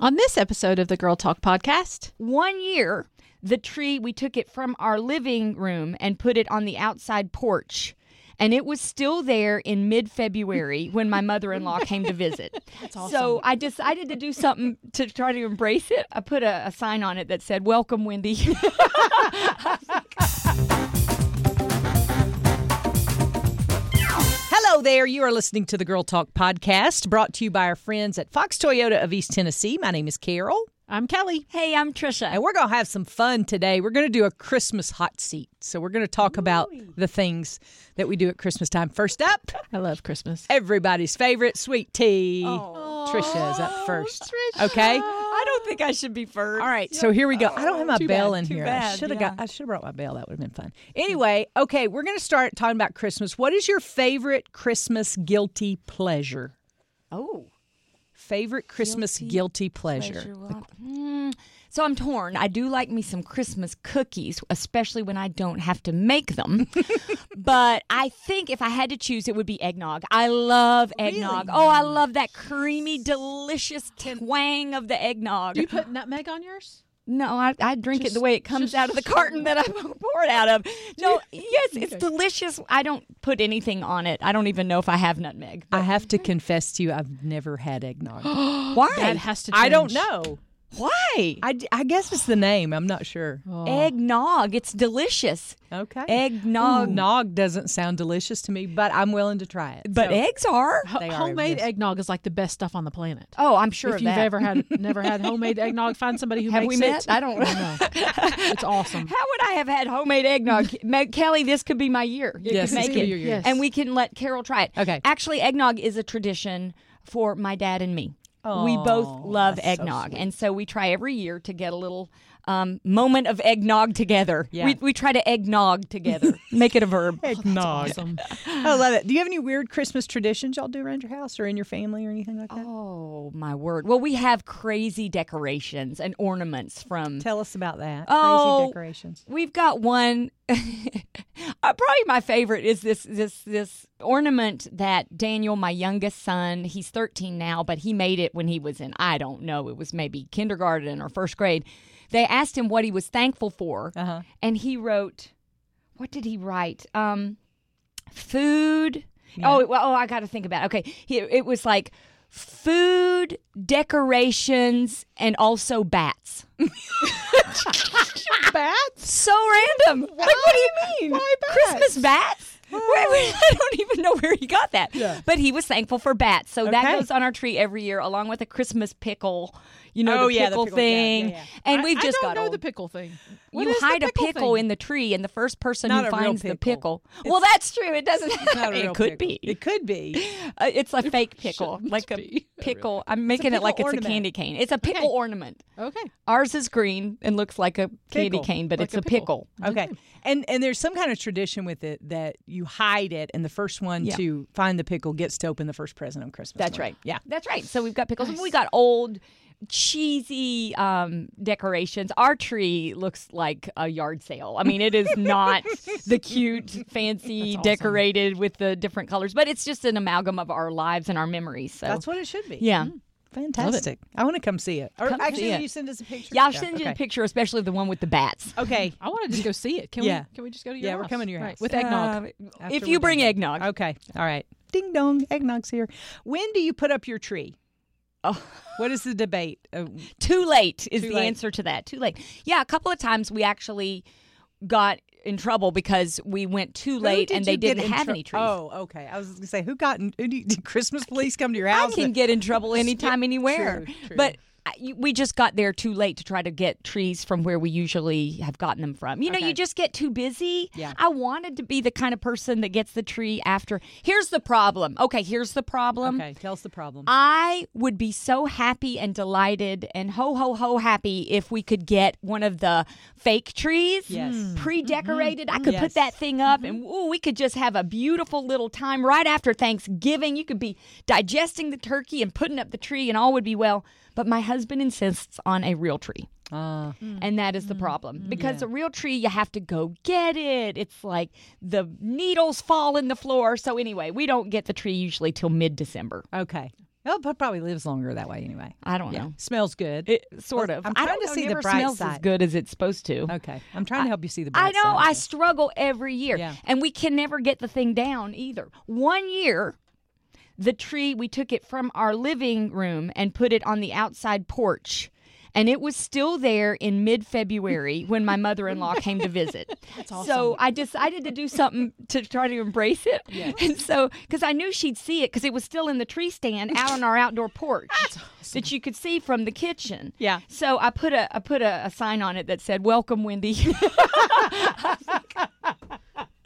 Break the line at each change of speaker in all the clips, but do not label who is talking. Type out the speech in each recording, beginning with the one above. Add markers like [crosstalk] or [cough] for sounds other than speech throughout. On this episode of the Girl Talk podcast,
One year, the tree, we took it from our living room and put it on the outside porch. And it was still there in mid [laughs] February when my mother in law came to visit. [laughs] That's awesome. So I decided to do something to try to embrace it. I put a, a sign on it that said, Welcome, Wendy. [laughs]
Hello there. You are listening to the Girl Talk podcast brought to you by our friends at Fox Toyota of East Tennessee. My name is Carol,
I'm Kelly.
hey, I'm Trisha.
and we're going to have some fun today. We're going to do a Christmas hot seat. So, we're going to talk about the things that we do at Christmas time. First up,
I love Christmas.
everybody's favorite sweet tea. Trisha is up first. Okay.
I don't think I should be first.
All right, so here we go. I don't have my
Too
bell
bad,
in
too
here. I
bad,
should have
yeah.
got. I should have brought my bell. That would have been fun. Anyway, okay, we're going to start talking about Christmas. What is your favorite Christmas guilty pleasure?
Oh.
Favorite Christmas guilty, pleasure.
Mm, so I'm torn. I do like me some Christmas cookies, especially when I don't have to make
[laughs]
them. but I think if I had to choose, it would be eggnog. I love eggnog. Oh, I love that creamy, delicious twang of the eggnog.
Do you put nutmeg on yours?
No, I, I drink it the way it comes out of the carton that I [laughs] pour it out of.
[laughs]
No, yes, it's delicious. I don't put anything on it. I don't even know if I have nutmeg.
I have to confess to you, I've never had eggnog.
Why?
[gasps] That has to. Change.
[gasps] I don't know.
Why?
I, d- I guess it's the name. I'm not sure.
Oh.
Eggnog. It's delicious.
Okay.
Eggnog.
Nog doesn't sound delicious to me, but I'm willing to try it.
But
So,
eggs are.
Ho-
They are
homemade
ridiculous.
eggnog is like the best stuff on the planet.
Oh, I'm sure
if
of
you've
that.
ever
[laughs]
had, never had homemade eggnog, find somebody who
have
makes
we met?
it.
I
[laughs]
don't know.
It's awesome.
How would I [laughs] have had homemade
[laughs]
eggnog, Ma- Kelly? This could be my year. You
Yes,
could make
this could
it,
be your year.
Yes.
and we can let Carol try it.
Okay.
Actually, eggnog is a tradition for my dad and me. we both
Aw,
love
that's so
eggnog, and so we try every year to get a little um, moment of eggnog together.
Yeah.
We, we try to eggnog
[laughs]
together, make it a verb.
eggnog. I love it. Do you have any weird Christmas traditions y'all do around your house or in your family or anything like that?
Oh my word! Well, we have crazy decorations and ornaments from
Tell us about that.
Oh.
Crazy decorations.
We've got one. [laughs] uh, probably my favorite is this this this ornament that Daniel, my youngest son, he's 13 now, but he made it when he was in I don't know, it was maybe kindergarten or first grade. They asked him what he was thankful for,
Uh-huh.
and he wrote, "What did he write? Um, food. Oh, well, oh, I got to think about. It. Okay, he, it was like." Food, decorations, and also bats.
Bats?
So random. Like, what do you mean?
Why bats?
Christmas bats? Wait, wait, [laughs] I don't even know where he got that.
Yeah.
But he was thankful for bats. So that
Okay.
goes on our tree every year, along with a Christmas pickle, you know,
Oh,
the,
yeah, the
pickle
pickle. Yeah, yeah,
thing.
yeah.
And
I-
[laughs] we've just
I don't
got
know
old.
the pickle thing. What
you
is the
hide a pickle
thing?
in the tree, and the first person
Not
who
a real
finds the
pickle.
pickle. Well, that's true. It doesn't.
[laughs] Not a real
it could
pickle.
be.
It could be.
Uh, it's a fake
[laughs]
pickle, like a pickle. I'm making it
pickle
like it's
ornament.
a candy cane. It's a pickle ornament.
Okay.
Ours is green and looks like a candy
Pickle.
cane, but
Like
it's
a
a
pickle.
pickle.
Okay. And and there's some kind of tradition with it that you hide it and the first one
Yeah.
to find the pickle gets to open the first present on Christmas.
That's
morning.
right.
Yeah.
That's right. So we've got pickles. We got old cheesy um decorations our tree looks like a yard sale i mean it is not the cute
[laughs]
fancy decorated with the different colors but it's just an amalgam of our lives and our memories so
That's mm, what it should be.
yeah
Fantastic. I want to come see it. Or
Come
actually
see
will
it.
you send us a picture.
yeah i'll send you
okay.
the picture especially the one with the bats
Okay.
I want to just go see it. Can
Yeah.
we? Can we just go to your
Yeah,
house?
we're coming to your
Right,
house.
with eggnog.
Uh, After
if
we're
you
done
bring
here.
eggnog
Okay. All right. Ding dong. Eggnog's here. When do you put up your tree?
Oh.
What is the debate? Uh,
Too late is
Too
the
late.
answer to that. Too late. Yeah, a couple of times we actually got in trouble because we went too late
who did
and they
you get
didn't
in
have
trou-
any trees.
Oh, okay. I was going to say, who got in? Who do you, did Christmas police come to your
I
house?
can get in
[laughs]
trouble anytime, anywhere.
True, true.
But I- you- we just got there too late to try to get trees from where we usually have gotten them from. You know,
Okay.
you just get too busy.
Yeah.
I wanted to be the kind of person that gets the tree after. Here's the problem. Okay, here's the problem.
okay. Tell us the problem.
I would be so happy and delighted and ho ho ho happy if we could get one of the fake trees
Yes. Mm.
pre-decorated. I could
Yes. Mm-hmm.
put that thing up and ooh, we could just have a beautiful little time right after Thanksgiving. You could be digesting the turkey and putting up the tree and all would be well. But my husband insists on a real tree.
Uh,
And that is the problem
Mm-hmm.
because a real tree, you have to go get it. It's like the needles fall in the floor. So, anyway, we don't get the tree usually till mid December.
Okay. Well, it probably lives longer that way anyway.
I don't
Yeah.
know.
Smells good.
It sort of.
I'm
I
trying
don't
to
know,
see the
never
bright
smells as
side.
good as it's supposed to.
Okay. I'm trying to help you see the
I
bright
know. I
side.
struggle every year.
Yeah.
And we can never get the thing down either. One year, the tree, we took it from our living room and put it on the outside porch. And it was still there in mid
[laughs]
February when my mother in law came to visit. That's awesome. So I decided to do something to try to embrace it. [laughs] And so, because I knew she'd see it because it was still in the tree
[laughs]
stand out on our outdoor porch that you could see from the kitchen.
Yeah.
So I put a I put a, a sign on it that said, Welcome, Wendy. [laughs]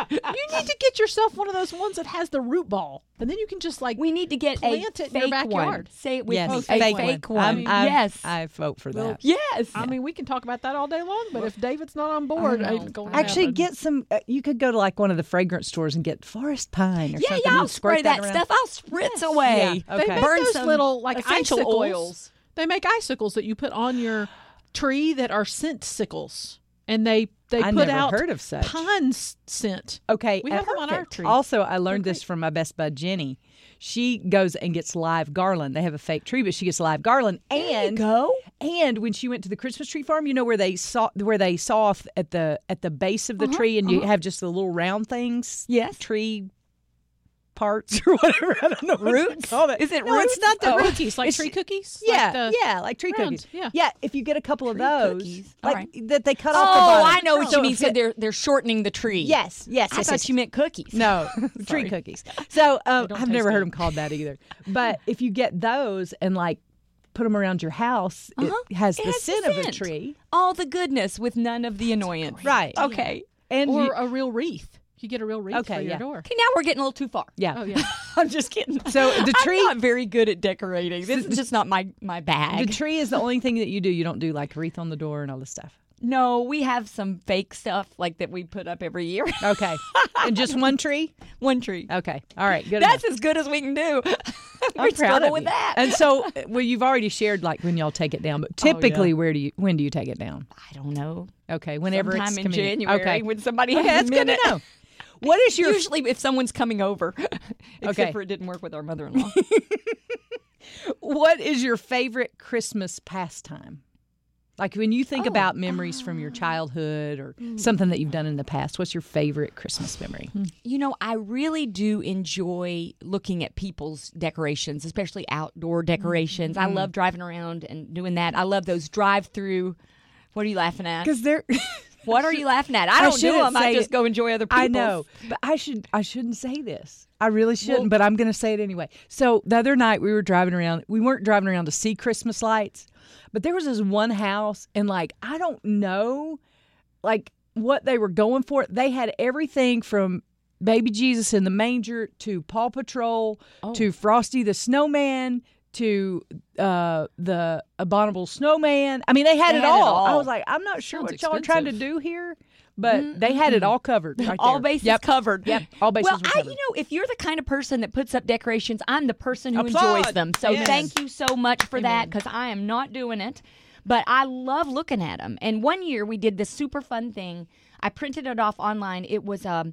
Uh,
You need to get yourself one of those ones that has the root ball, and then you can just like
We need to get
Plant
a
it in
fake
your backyard.
one. Say it with
yes,
me.
fake
a
one.
fake
I
one.
mean,
I,
yes.
I vote for that.
yes.
I mean, we can talk about that all day long, but if David's not on board,
know.
it's going to
Actually,
happen.
get some. Uh, you could go to like one of the fragrance stores and get forest pine or
yeah,
something.
yeah. I'll
and squirt
spray that,
around.
stuff. I'll spritz away.
Yeah, okay.
they make
Burn
those
some
little like
essential
icicles.
oils.
They make icicles that you put on your tree that are scent sickles, and they they
I
put
never
out
heard of such.
pine s- scent.
Okay, uh,
We have them on our
perfect.
tree.
Also, I learned this from my best bud Jenny. She goes and gets live garland. They have a fake tree, but she gets live garland. And
go.
and when she went to the Christmas tree farm, you know where they saw where they saw off at the at the base of the
Uh-huh,
tree, and you have just the little round things,
Yes.
tree parts [laughs] or whatever. I don't know what to
Roots?
call it.
Is it
no,
roots?
It's not the
Oh. [laughs]
roots.
[sighs] Cookies, like
It's-
tree cookies.
Yeah,
like the,
yeah, like tree
round,
cookies.
yeah.
If you get a couple
Tree
of those,
cookies. All
like
right.
that they cut off the
Oh,
bottom.
I know what
So
you mean.
it's
So
good.
they're they're shortening the tree.
yes, yes.
I
yes,
thought
yes,
you meant [laughs] cookies.
No, tree cookies. So um,
don't
I've never
taste
heard
good.
them called that either. But if you get those and like put them around your house, it has
Uh-huh. It
the
has the
scent of a
scent.
tree,
All the goodness with none of the annoyance.
right?
Okay.
and
or
you-
a real wreath. You get a real wreath
Okay,
for your
yeah.
door.
Okay, now we're getting a little too far. [laughs]
yeah.
Oh
[laughs]
yeah,
I'm just [laughs] kidding.
So the tree-
I'm not very good at decorating. This is just not my my bag.
The tree is the only thing that you do. You don't do like wreath on the door and all this stuff.
No, we have some fake stuff like that we put up every year. [laughs]
Okay, and just one tree.
One tree.
Okay, all right, good.
That's
enough.
as good as we can do. [laughs]
I'm
we
proud
struggle
of
with
you.
that. Oh,
And so, uh, well, you've already shared like when y'all take it down, but typically, where do you when do you take it down?
I don't know.
Okay, whenever
Sometime
it's
in
convenient.
January
Okay,
when [laughs] somebody
Okay,
has
that's
a
good to
minute.
know. What is your
Usually, if someone's coming over, [laughs] except
Okay.
for it didn't work with our
[laughs]
mother-in-law.
What is your favorite Christmas pastime? Like when you think about memories from your childhood or something that you've done in the past, what's your favorite Christmas memory?
you know, I really do enjoy looking at people's decorations, especially outdoor decorations. I
Mm-hmm.
love driving around and doing that. I love those drive-through. What are you laughing at?
they're
What are you laughing at? I don't do
shouldn't
them. I
say
just
it.
go enjoy other people's.
I know, but I should I shouldn't say this. I really shouldn't, but I'm going to say it anyway. So the other night we were driving around. We weren't driving around to see Christmas lights, but there was this one house, and like I don't know, like what they were going for. They had everything from baby Jesus in the manger to Paw Patrol
Oh.
to Frosty the Snowman to uh the abominable snowman i mean they had,
They
it,
had it
all. i
all.
was like i'm not sure
Sounds
what y'all are trying to
expensive.
do here but they had it all covered right
Mm-hmm, all
there.
bases
Yep.
covered.
Yep. All bases
well,
were
I,
covered.
you know, if you're the kind of person that puts up decorations, I'm the person who
Applaud.
enjoys them. So
Yes.
thank you so much for that because I am not doing it, but I love looking at them. And one year we did this super fun thing. I printed it off online. It was a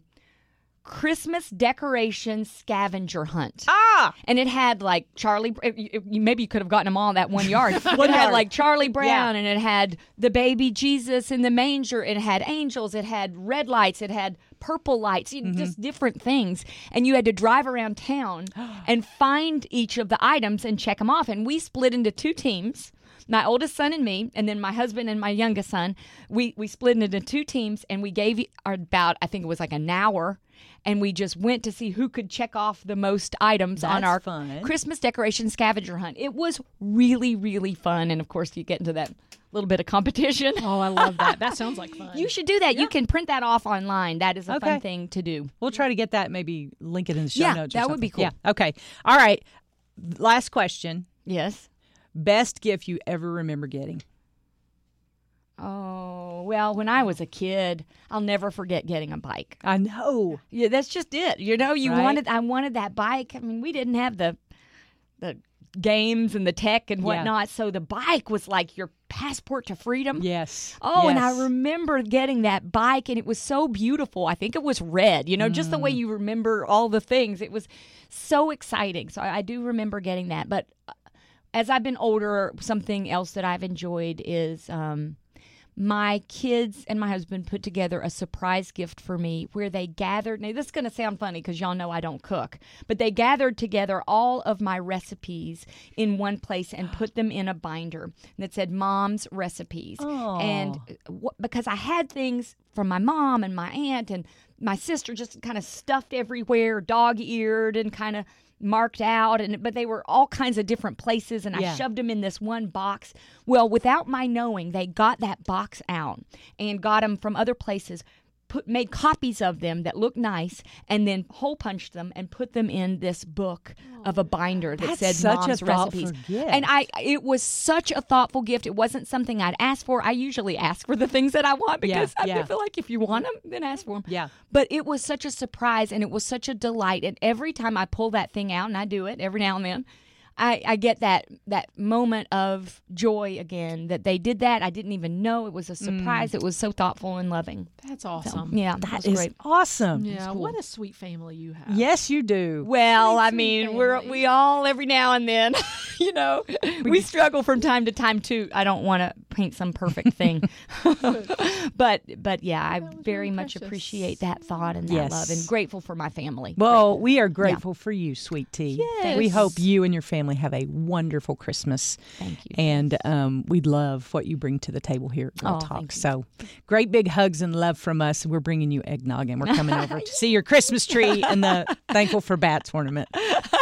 Christmas decoration scavenger hunt.
ah
And it had like Charlie. If you- if you- maybe you could have gotten them all in that [laughs] one yard. it had like Charlie Brown, and it had the baby Jesus in the manger. It had angels. It had red lights. It had purple lights. you- Just different things. And you had to drive around [gasps] town and find each of the items and check them off. And we split into two teams. My oldest son and me, and then my husband and my youngest son, we we split into two teams, and we gave e- our about I think it was like an hour, and we just went to see who could check off the most items on
That's
our
fun.
Christmas decoration scavenger hunt. It was really, really fun. And of course, you get into that little bit of competition. [laughs]
oh I love that. That sounds like fun.
You should do that. You can print that off online. That is a
Okay.
fun thing to do.
We'll try to get that. Maybe link it in the show
Yeah,
notes. or
that would be
something. Yeah. Okay. All right. Last question.
Yes.
Best gift you ever remember getting?
Oh, well, when I was a kid, I'll never forget getting a bike.
I know.
Yeah, that's just it. You know, you
Right.
wanted I wanted that bike. I mean, we didn't have the the games and the tech and
Yeah.
whatnot. So the bike was like your passport to freedom.
Yes.
Oh, and I
yes.
remember getting that bike, and it was so beautiful. I think it was red, you know, just the way you remember all the things. It was so exciting. So I I do remember getting that. But uh, as I've been older, something else that I've enjoyed is um, my kids and my husband put together a surprise gift for me where they gathered. Now, this is going to sound funny because y'all know I don't cook, but they gathered together all of my recipes in one place and put them in a binder that said Mom's Recipes. And w- because I had things from my mom and my aunt and my sister just kind of stuffed everywhere, dog eared and kind of marked out and but they were all kinds of different places and I
Yeah.
shoved them in this one box. Well, without my knowing, they got that box out and got them from other places. Put, made copies of them that looked nice and then hole punched them and put them in this book of a binder that
Oh, That's
said
such a
mom's
thoughtful
recipes
gift.
and I it was such a thoughtful gift. It wasn't something I'd ask for. I usually ask for the things that I want
Yeah,
because [laughs] I
yeah.
feel like if you want them, then ask for them.
Yeah.
But it was such a surprise and it was such a delight. And every time I pull that thing out, and I do it every now and then, I, I get that that moment of joy again that they did that. I didn't even know it was a surprise. It was so thoughtful and loving.
That's
So,
awesome.
yeah,
Mm. That
was
is
great.
awesome.
Yeah, what a sweet family you have.
Yes, you do.
Well, I
sweet
mean, we're
family.
we all every now and then, [laughs] you know, we struggle from time to time too. I don't want to paint some perfect thing, [laughs] but but yeah, I
was
very
really
much
precious.
appreciate that thought and that
Yes.
love, and grateful for my family.
Well, we are grateful for you, sweet tea.
Yes.
We hope you and your family have a wonderful Christmas.
Thank you.
And um, we love what you bring to the table here at Girl
Oh,
Talk.
thank you.
So great big hugs and love from us. We're bringing you eggnog and we're coming
[laughs]
over to see your Christmas tree and the Thankful for Bats ornament.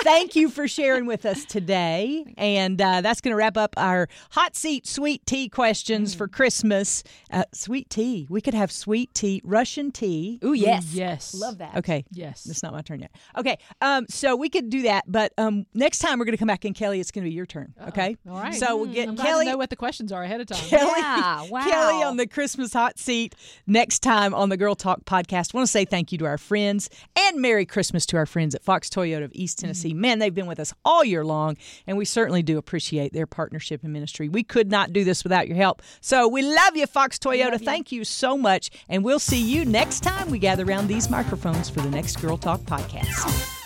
Thank you for sharing with us today. And uh, that's going to wrap up our hot seat sweet tea questions for Christmas. Uh, sweet tea. We could have sweet tea, Russian tea.
Ooh, yes,
yes.
love that.
Okay.
Yes.
It's not my turn yet. Okay. Um, so we could do that, but um, next time we're going to come back and Kelly, it's going to be your turn. Okay.
All right. Hmm.
So we'll get
I'm glad
Kelly.
to know what the questions are ahead of time.
Kelly,
Yeah, wow.
Kelly on the Christmas hot seat next time on the Girl Talk podcast. Want to say thank you to our friends and Merry Christmas to our friends at Fox Toyota of East Tennessee. Man, they've been with us all year long, and we certainly do appreciate their partnership and ministry. We could not do this without your help. So we love you, Fox Toyota. Thank you so much, and we'll see you next time we gather around these microphones for the next Girl Talk podcast.